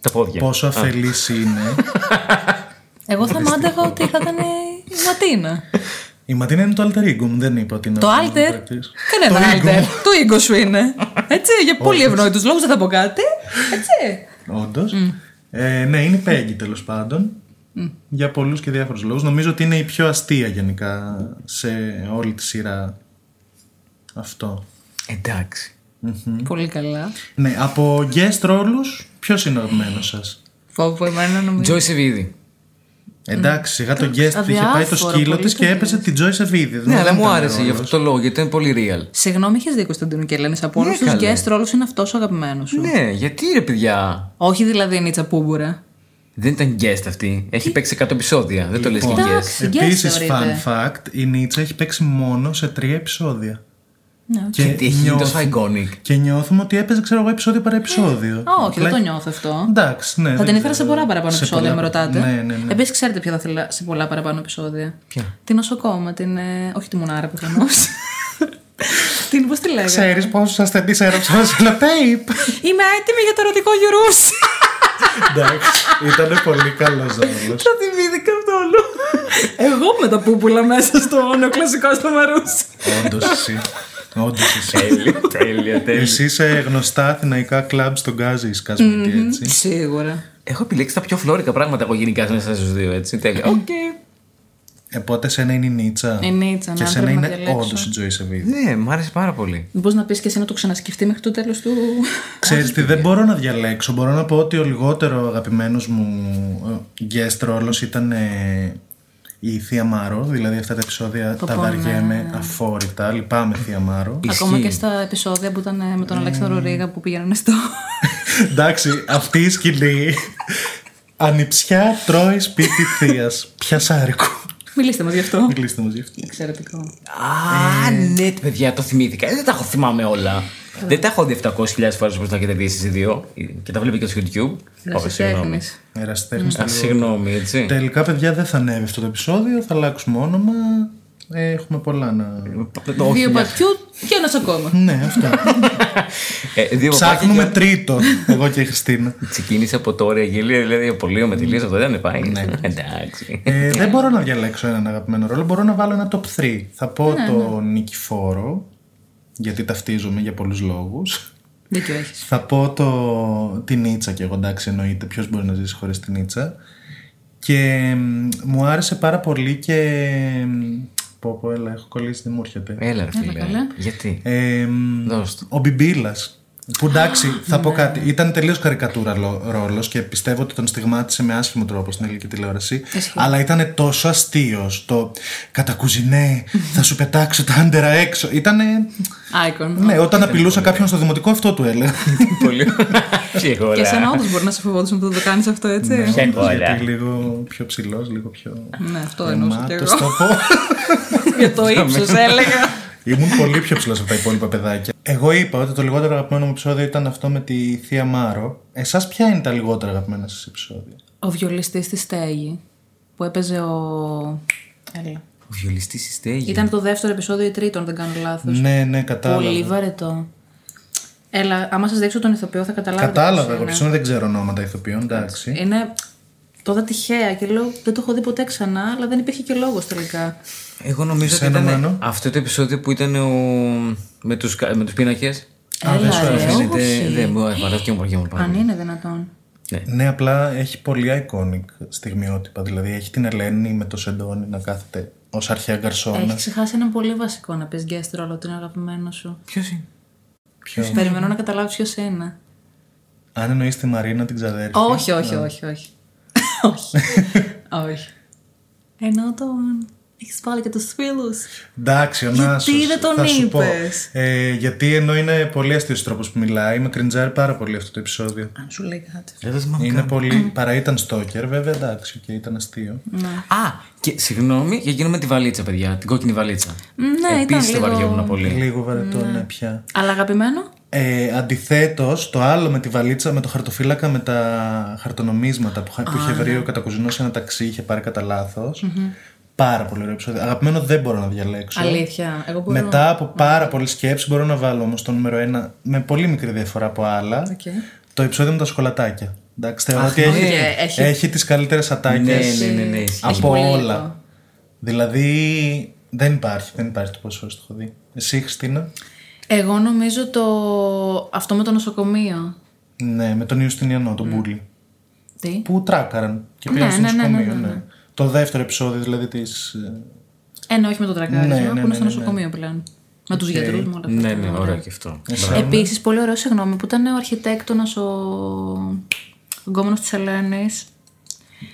Τα πόδια.
πόσο αφελής είναι.
Εγώ θα μάνταγα ότι θα ήταν η Ματίνα.
Η Ματίνα είναι το alter ego μου, δεν είπα ότι είναι
Το
Ε, ο
Άλτερ.
χαρακτήρας.
Κανένα
Το ego
Άλτερ.
μου.
Το ego σου είναι. Έτσι, για πολύ ευνόητους λόγους δεν θα πω κάτι. Έτσι.
Όντως. Ε, ναι, είναι η Πέγγι τέλος πάντων. Για πολλούς και διάφορους λόγους. Νομίζω ότι είναι η πιο αστεία γενικά σε όλη τη σειρά. Αυτό.
Εντάξει.
Πολύ καλά.
Ναι, από guest ρόλους, ποιος είναι ο αγαπημένος σας.
Φόβο εμένα νομίζω.
Τζόι Σεβίδη.
Εντάξει, σιγά το guest είχε πάει το
Ε, αδιάφορο,
σκύλο
πολύ
της και
το
έπεσε την Joy Σεβίδη.
Ναι, αλλά μου άρεσε γι' αυτό το λόγο γιατί ήταν πολύ real.
Συγγνώμη, είχες δίκιο Κωνσταντίνου και Ελένη. Από όλους
Ναι,
τους
καλέ.
guest ρόλους είναι αυτός ο αγαπημένος σου.
Ναι, γιατί ρε παιδιά.
Όχι δηλαδή η Νίτσα Πούμπουρα.
Δεν ήταν guest αυτή. Έχει παίξει 100 επεισόδια. Δεν το λες και guest.
Λοιπόν. Εντάξει, guest
Επίσης,
θεωρείται.
fun fact, η Νίτσα έχει παίξει μόνο σε τρία επεισόδια.
Ναι, οκ.
Γιατί έχει γίνει τόσο iconic.
και νιώθουμε ότι έπαιζε, ξέρω εγώ, επεισόδιο παρά επεισόδιο.
Α, Ε, Όχι, δεν
Απλά-
το νιώθω αυτό.
Εντάξει, ναι.
Θα
δεν
την έφερα σε
ξέρω.
πολλά παραπάνω
Σε
επεισόδια,
πολλά-
με ρωτάτε.
Ναι, ναι, ναι.
Επίσης, ξέρετε ποια θα ήθελα σε πολλά παραπάνω επεισόδια. Ποια. Την νοσοκόμα, την. ε, όχι τη Μουνάρα προφανώς. την, πώς τη λέγανε.
Ξέρεις πόσους ασθενείς έραψαν σε ένα tape.
Είμαι έτοιμη για το ερωτικό γιουρούσι.
Εντάξει, ήταν πολύ καλός ρόλο.
Το θυμήθηκα αυτό όλο. Εγώ με τα πούπουλα μέσα στο νεοκλασικό στο μαρούσι.
Όντως εσύ. Όντως εσύ.
Τέλεια, τέλεια.
Εσύ είσαι γνωστά αθηναϊκά κλαμπ στον Γκάζι, Σκασμίτη, έτσι.
Σίγουρα.
Έχω επιλέξει τα πιο φλόρικα πράγματα εγώ γενικά μέσα στους δύο, έτσι. Τέλεια. Οκ.
Οπότε σένα είναι η Νίτσα.
Η Νίτσα,
Και
ναι,
σένα
πρέπει να
είναι
διαλέξω.
όντως η Τζοή Σεβίδη.
Ναι, μου άρεσε πάρα πολύ.
Μπορείς να πεις και εσύ να το ξανασκεφτεί μέχρι το τέλος του.
Ξέρεις τι, δεν μπορώ να διαλέξω. Μπορώ να πω ότι ο λιγότερο αγαπημένος μου ε, guest ρόλος ήταν ε, η Θεία Μάρο. Δηλαδή αυτά τα επεισόδια τα
πω, ναι.
βαριέμαι αφόρητα. Λυπάμαι Θεία Μάρο.
Ακόμα και στα επεισόδια που ήταν ε, με τον Αλέξανδρο Ρίγα που πήγαιναν στο.
Εντάξει, αυτή η σκηνή. Ανιψιά τρώει σπίτι Θείας. Πιασάρικο.
Μιλήστε μας γι' αυτό.
Μιλήστε μας γι' αυτό.
Εξαιρετικό.
Α, ναι, παιδιά, το θυμήθηκα. Ε, Δεν τα έχω θυμάμαι όλα. Δεν τα έχω δει 700.000 φορές όπως τα έχετε δει εσείς οι δύο. Και τα βλέπει και στο YouTube.
Να
Ω,
σε
συγγνώμη.
τέχνης. Ναι.
Εραστέχνη.
Α, συγγνώμη, έτσι.
Τελικά, παιδιά, δεν θα ανέβει αυτό το επεισόδιο. Θα αλλάξουμε όνομα. Ε, Έχουμε πολλά να.
Όχι,
Δύο
μια-
πατιού και ένας ακόμα.
Ναι, αυτά.
Ε, δύο
Ψάχνουμε
παπάκια.
τρίτο. Εγώ και η Χριστίνα.
Ξεκίνησε από τώρα η γελία, δηλαδή απολύω με τελείωσε αυτό, δεν πάει. Εντάξει.
Ε, δεν μπορώ να διαλέξω έναν αγαπημένο ρόλο. Μπορώ να βάλω ένα top 3. Θα πω τον Νικηφόρο, γιατί ταυτίζομαι για πολλούς λόγους.
Δίκιο έχεις.
Θα πω το, την Νίτσα και εγώ, εντάξει, εννοείται. Ποιος μπορεί να ζήσει χωρίς την Νίτσα. Και μ, μου άρεσε πάρα πολύ και. μ, Πω, πω, έλα, έχω κολλήσει, δεν μου έρχεται.
Έλα, ρε φίλε. Γιατί.
Ε, μ,
Δώσ' το.
ο Μπιμπίλας. Που εντάξει, θα
ναι.
πω κάτι. Ήταν τελείως καρικατούρα ρόλος και πιστεύω ότι τον στιγμάτισε με άσχημο τρόπο στην ελληνική τηλεόραση. Αλλά ήταν τόσο αστείος. Το κατακουζινέ, θα σου πετάξω τα άντερα έξω. Ήτανε.
Άικον.
Ναι, όταν απειλούσα κάποιον στο δημοτικό, αυτό του έλεγα.
Πολύ. Ποια
Και
ώρα.
εσένα όντως μπορεί να σε φοβόντουσαν που θα το κάνεις αυτό, έτσι.
Ποια
Γιατί
ώρα.
λίγο πιο ψηλός, λίγο πιο.
Ναι, αυτό εννοούσα κι
Εμάτο,
εγώ.
το πω.
Για το ύψος, έλεγα.
Ήμουν πολύ πιο ψηλός από τα υπόλοιπα παιδάκια. Εγώ είπα ότι το λιγότερο αγαπημένο μου επεισόδιο ήταν αυτό με τη Θεία Μάρο. Εσάς, ποια είναι τα λιγότερα αγαπημένα σας επεισόδια.
Ο βιολιστής στη στέγη που έπαιζε ο. Έλα.
Ο βιολιστής στη στέγη.
Ήταν το δεύτερο επεισόδιο ή τρίτο, αν δεν κάνω λάθος.
Ναι, ναι, κατάλαβα.
Πολύ βαρετό. Έλα, άμα σας δείξω τον ηθοποιό θα καταλάβετε.
Κατάλαβα,
ποιος
εγώ
είναι.
πιστεύω δεν ξέρω ονόματα ηθοποιών, εντάξει.
Είναι τότε τυχαία και λέω δεν το έχω δει ποτέ ξανά, αλλά δεν υπήρχε και λόγος τελικά.
Εγώ νομίζω ότι
Εσένα, Μάνο?
ήταν αυτό το επεισόδιο που ήταν ο... με τους με τους πίνακες.
Α, δεν σου
Έλα, ρε,
άρεσε.
όχι.
Φαίνεται. Δεν μου έβαλε και μου έρχεται μου
Αν
πάνω.
είναι δυνατόν. ε.
Ναι, απλά έχει πολύ iconic στιγμιότυπα. Δηλαδή έχει την Ελένη με το σεντόνι να κάθεται ως αρχαία
Έχει
γκαρσόνα.
ξεχάσει έναν πολύ βασικό να πεις guest ρόλο, ότι είναι αγαπημένο σου.
Ποιος είναι.
Ποιο-
Περιμένω να καταλάβεις ποιος είναι.
Αν εννοείς τη Μαρίνα, την ξαδέρφη.
όχι, όχι, όχι, όχι. όχι. όχι. Ενώ τον. Έχεις βάλει και τους φίλους.
Εντάξει, ο Νάσος,
δεν τον
θα σου πω.
είπες?
Ε, γιατί ενώ είναι πολύ αστείος τρόπος που μιλάει, με κριντζάρει πάρα πολύ αυτό το επεισόδιο.
Αν σου λέει κάτι.
Είναι πολύ. παρά ήταν στόκερ, βέβαια, εντάξει, και ήταν αστείο.
Α, και συγγνώμη, και γίνω με τη βαλίτσα, παιδιά. Την κόκκινη βαλίτσα.
Ναι, ήταν
Επίσης το
λίγο.
βαριόμουν πολύ.
Λίγο βαρετό, ναι, πια.
Αλλά αγαπημένο.
Ε, Αντιθέτως, το άλλο με τη βαλίτσα, με το χαρτοφύλακα, με τα χαρτονομίσματα που, χα- που είχε βρει ο κατακουζινός σε ένα ταξί, είχε πάρει κατά λάθος. Πάρα πολύ ωραίο επεισόδιο. Αγαπημένο δεν μπορώ να διαλέξω.
Αλήθεια. Εγώ μπορώ.
Μετά από πάρα πολλή σκέψη, μπορώ να βάλω όμως το νούμερο 1 με πολύ μικρή διαφορά από άλλα.
Οκ.
Το επεισόδιο με τα σοκολατάκια. Εντάξει, θεωρώ ότι
ναι.
έχει,
Έχει-
έχει... τις καλύτερες ατάκες
Ναι, ναι, ναι, ναι.
Έχει
από
πολύ υλικό.
όλα. Δηλαδή δεν υπάρχει, δεν υπάρχει το πόσο φορέ το έχω δει. Εσύ, Χριστίνα.
Εγώ νομίζω το. αυτό με το νοσοκομείο.
Ναι, με τον Ιουστινιανό, τον Μπούλι.
Τι.
Που τράκαραν και πήγαν
Ναι,
στο
ναι, ναι, ναι,
νοσοκομείο.
ναι, ναι.
ναι. Το δεύτερο επεισόδιο δηλαδή της.
Ε, ναι, όχι με το τρακάρισμα,
Ναι, ναι,
που είναι στο
ναι, ναι, ναι.
νοσοκομείο πλέον. Με τους γιατρού μου όλα αυτά.
Ναι, ναι, ωραίο και αυτό.
Επίσης, πολύ ωραίο, συγγνώμη, που ήταν ο αρχιτέκτονας ο, ο γκόμενος της Ελένης.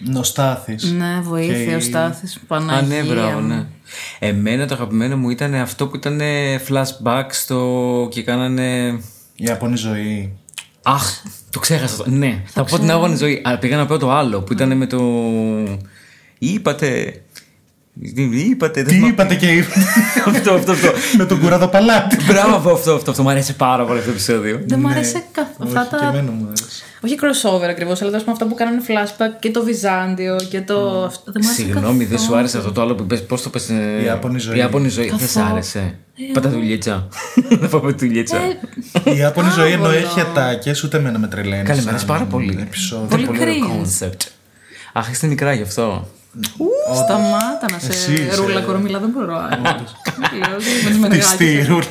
Νοστάθης.
Ναι, βοήθεια, ο Στάθη. Παναγία.
Ανέβρα,
μου.
ναι. Εμένα το αγαπημένο μου ήταν αυτό που ήταν flashback στο. και κάνανε.
Η Ιαπωνή ζωή.
Αχ, το ξέχασα αυτό. Ναι, θα πω την άγωνη ζωή. Αλλά πήγα να πω το άλλο που ήταν με το. Είπατε. Τι είπατε. δεν
Τι
θυμάμαι.
είπατε και είπατε.
αυτό, αυτό, αυτό.
με τον κουράδο παλάτι.
Μπράβο αυτό, αυτό, αυτό. Μ' αρέσει πάρα πολύ αυτό το επεισόδιο.
Δεν μου άρεσε καθόλου. Αυτά
Και
τα.
εμένα μου άρεσε.
Όχι crossover ακριβώς, αλλά τέλος αυτά που κάνανε flashback και το Βυζάντιο και το. αυτό. Δεν μου άρεσε
Συγγνώμη, δεν σου άρεσε αυτό το άλλο που πες, Πώς το πες ε,
Η Άπωνη ζωή.
Η Άπωνη ζωή. Δεν σ' άρεσε.
Ε,
Πατά δουλίτσα. Να πάμε δουλίτσα.
Η Ιάπωνη ζωή ενώ έχει ατάκε, ούτε εμένα με τρελαίνει.
Καλή, μ'
σαν
αρέσει Ε, πάρα πολύ.
ε, επεισόδιο.
Πολύ
ωραίο
cringe.
concept. Αχ, είστε μικρά γι' αυτό.
Σταμάτα να
Εσύ
σε
είσαι.
ρούλα κορμίλα, δεν μπορώ. άλλο. Κυρίως με τις
Τη
μενεγάκες.
στήρουν.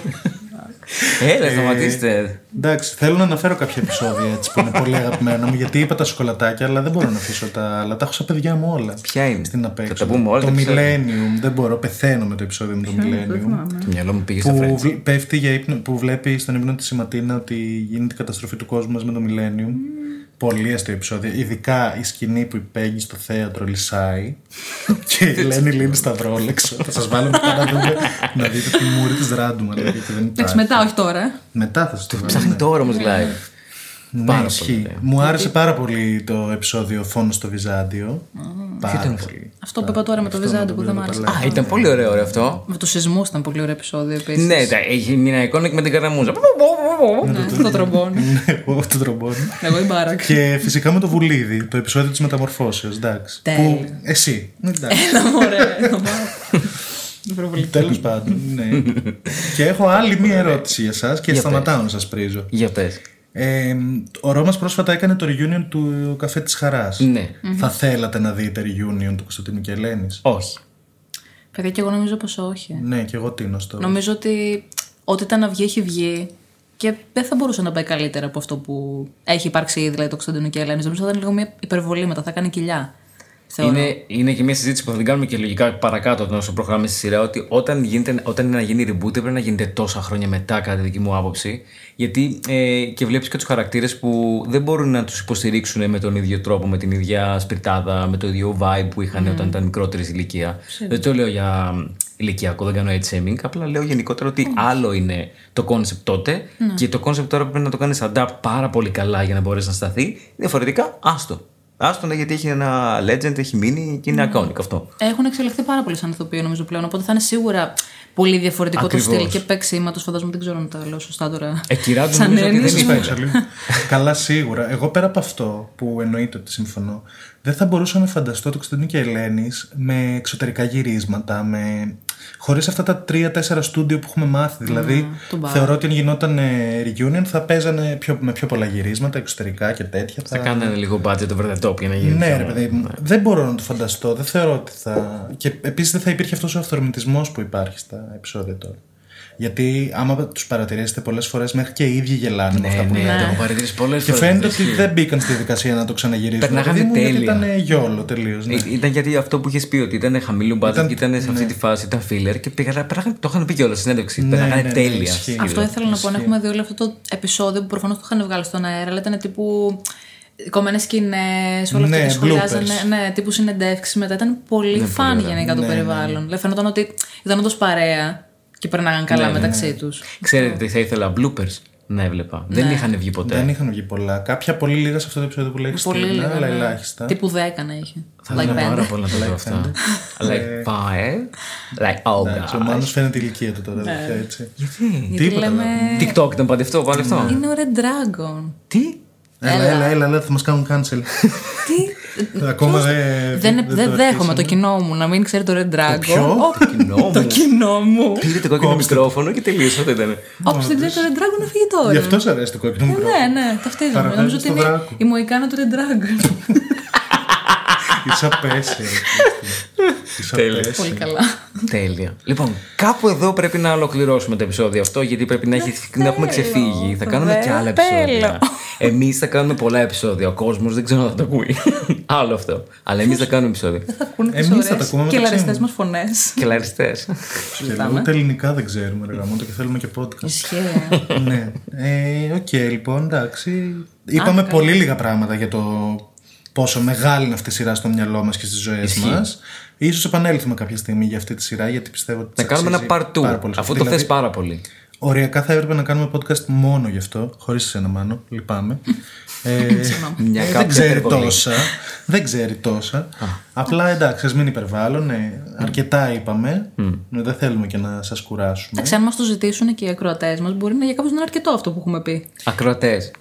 Έλα, Ε,
Ε,
σταματήστε.
Εντάξει, θέλω να αναφέρω κάποια επεισόδια έτσι που είναι πολύ αγαπημένα μου, γιατί είπα τα σοκολατάκια, αλλά δεν μπορώ να αφήσω τα άλλα. Τα έχω στα παιδιά μου όλα.
Ποια είναι?
Στην απέξω.
Θα τα πούμε όλα
Το
τα επεισόδια.
Millennium. Δεν μπορώ, πεθαίνω με το επεισόδιο με το Millennium.
Το μυαλό μου πήγε στο
Που
Friends.
βλέ- πέφτει για ύπνο, που βλέπει στον ύπνο της η Ματίνα ότι γίνεται η καταστροφή του κόσμου μας με το Millennium. Πολύ αστείο επεισόδιο. Ειδικά η σκηνή που η Πέγγι στο θέατρο λυσάει και η Ελένη λύνει σταυρόλεξο. Θα σας βάλω μετά να δούμε να δείτε τη μούρη της Ράντου, αλλά γιατί δεν
Εντάξει,
υπάρχει.
μετά, όχι τώρα. ε.
Μετά θα σας το βάλω.
Ψάχνει
ναι.
τώρα όμως live.
Ναι,
Πάρα
ισχύει.
πολύ.
Μου άρεσε πάρα πολύ το επεισόδιο Φόνο στο Βυζάντιο. Πάρα πολύ.
Αυτό που είπα τώρα με το Βυζάντιο που δεν μ' άρεσε.
παλάει.
Α, ήταν πολύ ωραίο ρε αυτό.
Με του σεισμού ήταν πολύ ωραίο επεισόδιο επίσης.
Ναι, τα- έχει μια εικόνα και με την καραμούζα.
Ναι, το τρομπόν.
Ναι, εγώ το τρομπόνι.
Εγώ η Μπάρακ.
Και φυσικά με το Βουλίδι, το επεισόδιο της μεταμορφώσεως. Εντάξει.
Τέλεια.
Που εσύ. Εντάξει.
Έλα μωρέ. έλα, μωρέ. Προβολή.
Τέλος πάντων. Ναι. και έχω άλλη μία ερώτηση για εσά και σταματάω να σας πρίζω.
Για πες.
Ε, ο Ρώμα πρόσφατα έκανε το reunion του Καφέ της Χαράς.
Ναι.
Θα θέλατε να δείτε reunion του Κωνσταντίνου και Ελένης.
Όχι.
Παιδιά, και εγώ νομίζω πως όχι.
Ναι, και εγώ τίνω στο.
Νομίζω ότι ό,τι ήταν να βγει, έχει βγει. Και δεν θα μπορούσε να πάει καλύτερα από αυτό που έχει υπάρξει ήδη, δηλαδή το Κωνσταντίνο και η Ελένης. Νομίζω θα ήταν λίγο μια υπερβολή μετά, θα κάνει κοιλιά. Θεωρώ.
Είναι, είναι και μια συζήτηση που θα την κάνουμε και λογικά παρακάτω όταν όσο προχωράμε στη σειρά ότι όταν, γίνεται, όταν είναι να γίνει reboot δεν πρέπει να γίνεται τόσα χρόνια μετά, κατά τη δική μου άποψη. Γιατί ε, και βλέπεις και τους χαρακτήρες που δεν μπορούν να τους υποστηρίξουν με τον ίδιο τρόπο, με την ίδια σπιρτάδα, με το ίδιο vibe που είχαν όταν ήταν μικρότερης ηλικία. Δεν το λέω για ηλικιακό, δεν κάνω έτσι shaming. Απλά λέω γενικότερα ότι άλλο είναι το κόνσεπτ τότε και το κόνσεπτ τώρα πρέπει να το κάνεις adapt πάρα πολύ καλά για να μπορέσεις να σταθεί. Διαφορετικά, άστο. Άστο ναι, γιατί έχει ένα legend, έχει μείνει και είναι iconic αυτό.
Έχουν εξελιχθεί πάρα πολύ σαν ηθοποιοί νομίζω πλέον. Οπότε θα είναι σίγουρα πολύ διαφορετικό το
Ακριβώς.
στυλ και παίξήματος. Φαντάζομαι δεν ξέρω να τα λέω σωστά τώρα.
Ε, κυρά του
Σαν
νομίζω ότι
έννοια.
δεν είναι.
Παίξα λίγο. Καλά, σίγουρα. Εγώ πέρα από αυτό που εννοείται ότι συμφωνώ, δεν θα μπορούσα να φανταστώ το Κωνσταντίνο και Ελένης με εξωτερικά γυρίσματα, με... χωρίς αυτά τα τρία-τέσσερα στούντιο που έχουμε μάθει. Δηλαδή,
το μπαρ.
θεωρώ ότι αν γινόταν ε, reunion θα παίζανε πιο, με πιο πολλά γυρίσματα, εξωτερικά και τέτοια.
Θα κάνανε λίγο budget το Verdatop για να γίνει.
Ναι,
πιο-
ρε παιδί μου. Δεν μπορώ να το φανταστώ. Δεν θεωρώ ότι θα. Και επίσης δεν θα υπήρχε αυτός ο αυθορμητισμός που υπάρχει στα επεισόδια τώρα. Γιατί άμα τους παρατηρήσετε πολλές φορές, μέχρι και οι ίδιοι γελάνε με αυτά που
Ναι,
λένε.
το έχω παρατηρήσει πολλές
Και
φορές.
φαίνεται ότι δεν μπήκαν στη δικασία να το ξαναγυρίσουν.
Περνάγανε
Παιδί μου, Γιατί
τέλεια. Ε,
ήταν γιόλο τελείως. Ναι.
Ήταν γιατί αυτό που είχες πει ότι ήταν χαμηλό budget
Ήταν-
και ήταν σε αυτή τη φάση, ήταν filler και πήγανε, πέραγανε- το είχαν πει κιόλας στην συνέντευξη. Ναι,
ναι, ναι,
τέλεια.
ισχύει.
Αυτό ήθελα να πω. να Έχουμε δει όλο αυτό το επεισόδιο που προφανώς το είχαν βγάλει στον αέρα, αλλά ήταν τύπου κομμένες σκηνές, όλα
Ναι,
αυτά που σχολιάζανε.
bloopers.
Ναι, τύπου συνεντεύξεις μετά. Ήταν πολύ φαν γενικά
Ναι,
το περιβάλλον. Δηλαδή, φαινόταν ότι ήταν όντως παρέα και περνάγαν καλά
Ναι,
μεταξύ τους.
Ξέρετε τι θα ήθελα, bloopers να έβλεπα.
Ναι.
Δεν είχαν βγει ποτέ.
Δεν είχαν βγει πολλά. Κάποια πολύ λίγα σε αυτό το επεισόδιο που λέει
Πολύ
Χριστίνα,
λίγα.
αλλά
ναι.
ελάχιστα.
Τύπου 10 να είχε.
Θα
Like
ήθελα πάρα
Ναι.
πέντε.
πολλά να τα δω αυτά. Like fire, like oh
Εντάξει, ο
god.
Μάνος φαίνεται ηλικία του
Ναι.
τώρα. τέτοια, έτσι. Ναι.
Γιατί λέμε.
TikTok ήταν παντευτό, παντευτό.
Είναι ο Red Dragon.
Τι,
Έλα, έλα, έλα, έλα, θα μας κάνουν cancel.
Τι.
Ακόμα
Ποιος-
δεν.
Δεν,
το
δεν δέχομαι
αρχίσαμε.
το κοινό μου να μην ξέρει το Red Dragon.
ποιο?
Όποιον-
κοινό μου.
Το κοινό μου.
Πήρε το κόκκινο μικρόφωνο και τελείωσε. Αυτό ήταν.
Όποιο δεν ξέρει το Red Dragon έφυγε τώρα.
Γι' αυτό σε αρέσει το κόκκινο
Ε,
μικρόφωνο.
Ναι, ναι, ταυτίζομαι.
Παραπέμπει
Νομίζω ότι
στο
είναι
δράκο.
η Μοϊκάνα του Red Dragon.
Είσαι απέσια. Είσαι
Τέλεια.
Πολύ
απέσια.
καλά.
Τέλεια. Λοιπόν, κάπου εδώ πρέπει να ολοκληρώσουμε το επεισόδιο αυτό, γιατί πρέπει να, έχει, να έχουμε ξεφύγει. Θα κάνουμε και άλλα επεισόδια. Εμείς θα κάνουμε πολλά επεισόδια. Ο κόσμος δεν ξέρω αν θα το ακούει. Άλλο αυτό. Αλλά εμείς θα κάνουμε επεισόδια.
Θα ακούνε τις
Εμείς θα τα
ωραίες
ακούμε
και
μεταξύ μας.
λαριστές μας φωνές.
Και λαριστές.
Και Ούτε ελληνικά δεν ξέρουμε, ρε Γαμώτο, και θέλουμε και podcast.
Ισχύει.
ναι. Ε, Οκ, λοιπόν, εντάξει. Είπαμε πολύ λίγα πράγματα για το πόσο μεγάλη είναι αυτή η σειρά στο μυαλό μας και στις ζωές μα. σω επανέλθουμε κάποια στιγμή για αυτή τη σειρά, γιατί πιστεύω ότι.
Να
της
κάνουμε ένα
αξίζει
part
πάρα
2.
πολύ.
Αφού το
Δηλαδή,
θες πάρα πολύ.
Οριακά θα έπρεπε να κάνουμε podcast μόνο γι' αυτό, χωρίς εσένα μάνο. Λυπάμαι. ε,
Μια
ε, δεν
κάποια
ξέρει
υπερβολή.
τόσα. δεν ξέρει τόσα. Απλά εντάξει, ας μην υπερβάλλω. Ναι. Αρκετά είπαμε. Ναι, δεν θέλουμε και να σας κουράσουμε.
Εντάξει, αν μας το ζητήσουν και οι ακροατές μας, μπορεί να για κάποιους να είναι αρκετό αυτό που έχουμε πει.
Ακροατές.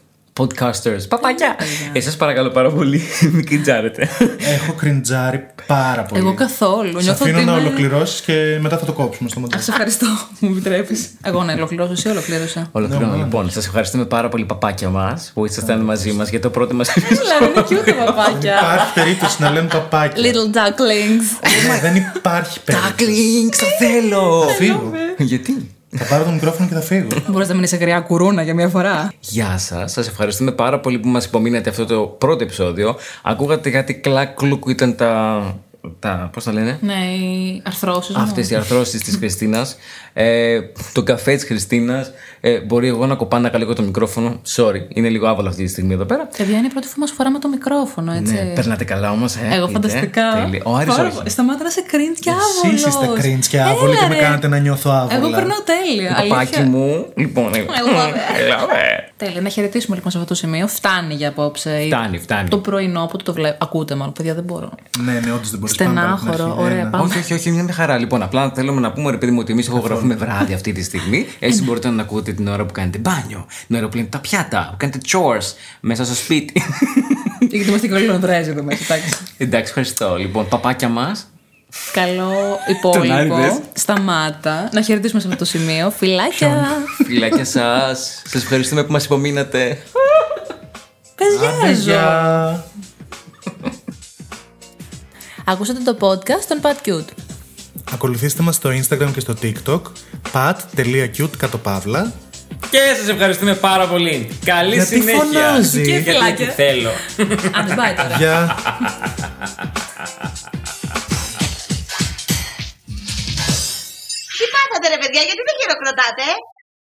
Podcasters. Παπαγιά. Εσά παρακαλώ πάρα πολύ. Μην κριντζάρετε.
Έχω κριντζάρει πάρα πολύ.
Ε, Εγώ καθόλου.
Σε
Νιώθω
αφήνω
ότι.
να
είμαι-
ολοκληρώσεις και μετά θα το κόψουμε στο μοντάζ.
Σε ευχαριστώ που μου επιτρέπεις. Εγώ να ολοκληρώσω, εσύ ολοκλήρωσα.
Ναι,
Ολοκληρώνω. Λοιπόν, σας ευχαριστούμε πάρα πολύ, παπάκια μας, που ήσασταν μαζί μας για το πρώτο μας
Αλλά δεν είναι cute τα παπάκια.
Υπάρχει περίπτωση να λέμε παπάκια.
Little ducklings.
Ναι, δεν υπάρχει περίπτωση.
Κλίνκ, το θέλω!
Θα φύγω.
Γιατί?
Θα πάρω το μικρόφωνο και θα φύγω.
Μπορείς να μείνει σε γριά κουρούνα για μια φορά.
Γεια σας. Σας ευχαριστούμε πάρα πολύ που μας υπομείνατε αυτό το πρώτο επεισόδιο. Ακούγατε γιατί κλακ κλουκ ήταν τα τα, πώς τα λένε,
Ναι, οι αρθρώσεις.
αυτές οι αρθρώσεις της Χριστίνας, ε, το καφέ της Χριστίνας, ε, μπορεί εγώ να κοπάνω λίγο το μικρόφωνο, sorry, είναι λίγο άβολο αυτή τη στιγμή εδώ πέρα.
Παιδιά, είναι η πρώτη φορά που φοράμε το μικρόφωνο, έτσι.
Ναι, περνάτε καλά όμως, ε,
Εγώ
είτε,
φανταστικά.
τέλεια. Ο Άρης
Πάρα
όχι.
πολύ. Σταμάτα να σε cringe και άβολο.
Εσείς είστε cringe και άβολοι και με κάνετε να νιώθω άβολα.
Εγώ περνάω τέλεια.
Το παπάκι
αλήθεια.
μου, λοιπόν, ε,
I love it.
I love it.
Τέλεια. Να χαιρετήσουμε λοιπόν σε αυτό το σημείο. Φτάνει για απόψε.
Φτάνει, φτάνει.
Το πρωινό που το βλέπω. Ακούτε μάλλον, παιδιά, δεν μπορώ.
Ναι, ναι, όντως δεν μπορεί να
Στενάχωρο, ωραία, πάμε.
Όχι, όχι, όχι, μια χαρά. Λοιπόν, απλά θέλουμε να πούμε, ρε παιδί μου, ότι εμείς ηχογραφούμε βράδυ αυτή τη στιγμή. Έτσι μπορείτε να ακούτε την ώρα που κάνετε μπάνιο, την ώρα που λύνετε τα πιάτα, που κάνετε chores μέσα στο σπίτι.
Γιατί είμαστε και όλοι Λονδρέζοι εδώ μέσα, εντάξει.
Εντάξει, ευχαριστώ. Λοιπόν, παπάκια μας.
Καλό
Τον άριδες.
υπόλοιπο. Σταμάτα. Να χαιρετήσουμε σε αυτό το σημείο. Φιλάκια.
Φιλάκια σας. Σας ευχαριστούμε που μας υπομείνατε.
Παιδιά,
Γεια.
Ακούσατε το podcast των Pat Cute.
Ακολουθήστε μας στο Instagram και στο TikTok pat.cute κατ' παύλα.
Και σας ευχαριστούμε πάρα πολύ. Καλή
Γιατί
συνέχεια.
φωνάζει.
Και
Γιατί
φυλάκια.
τη θέλω.
Αν τους πάει τώρα.
Γεια.
Τι πάθατε ρε παιδιά, γιατί δεν χειροκροτάτε. ε?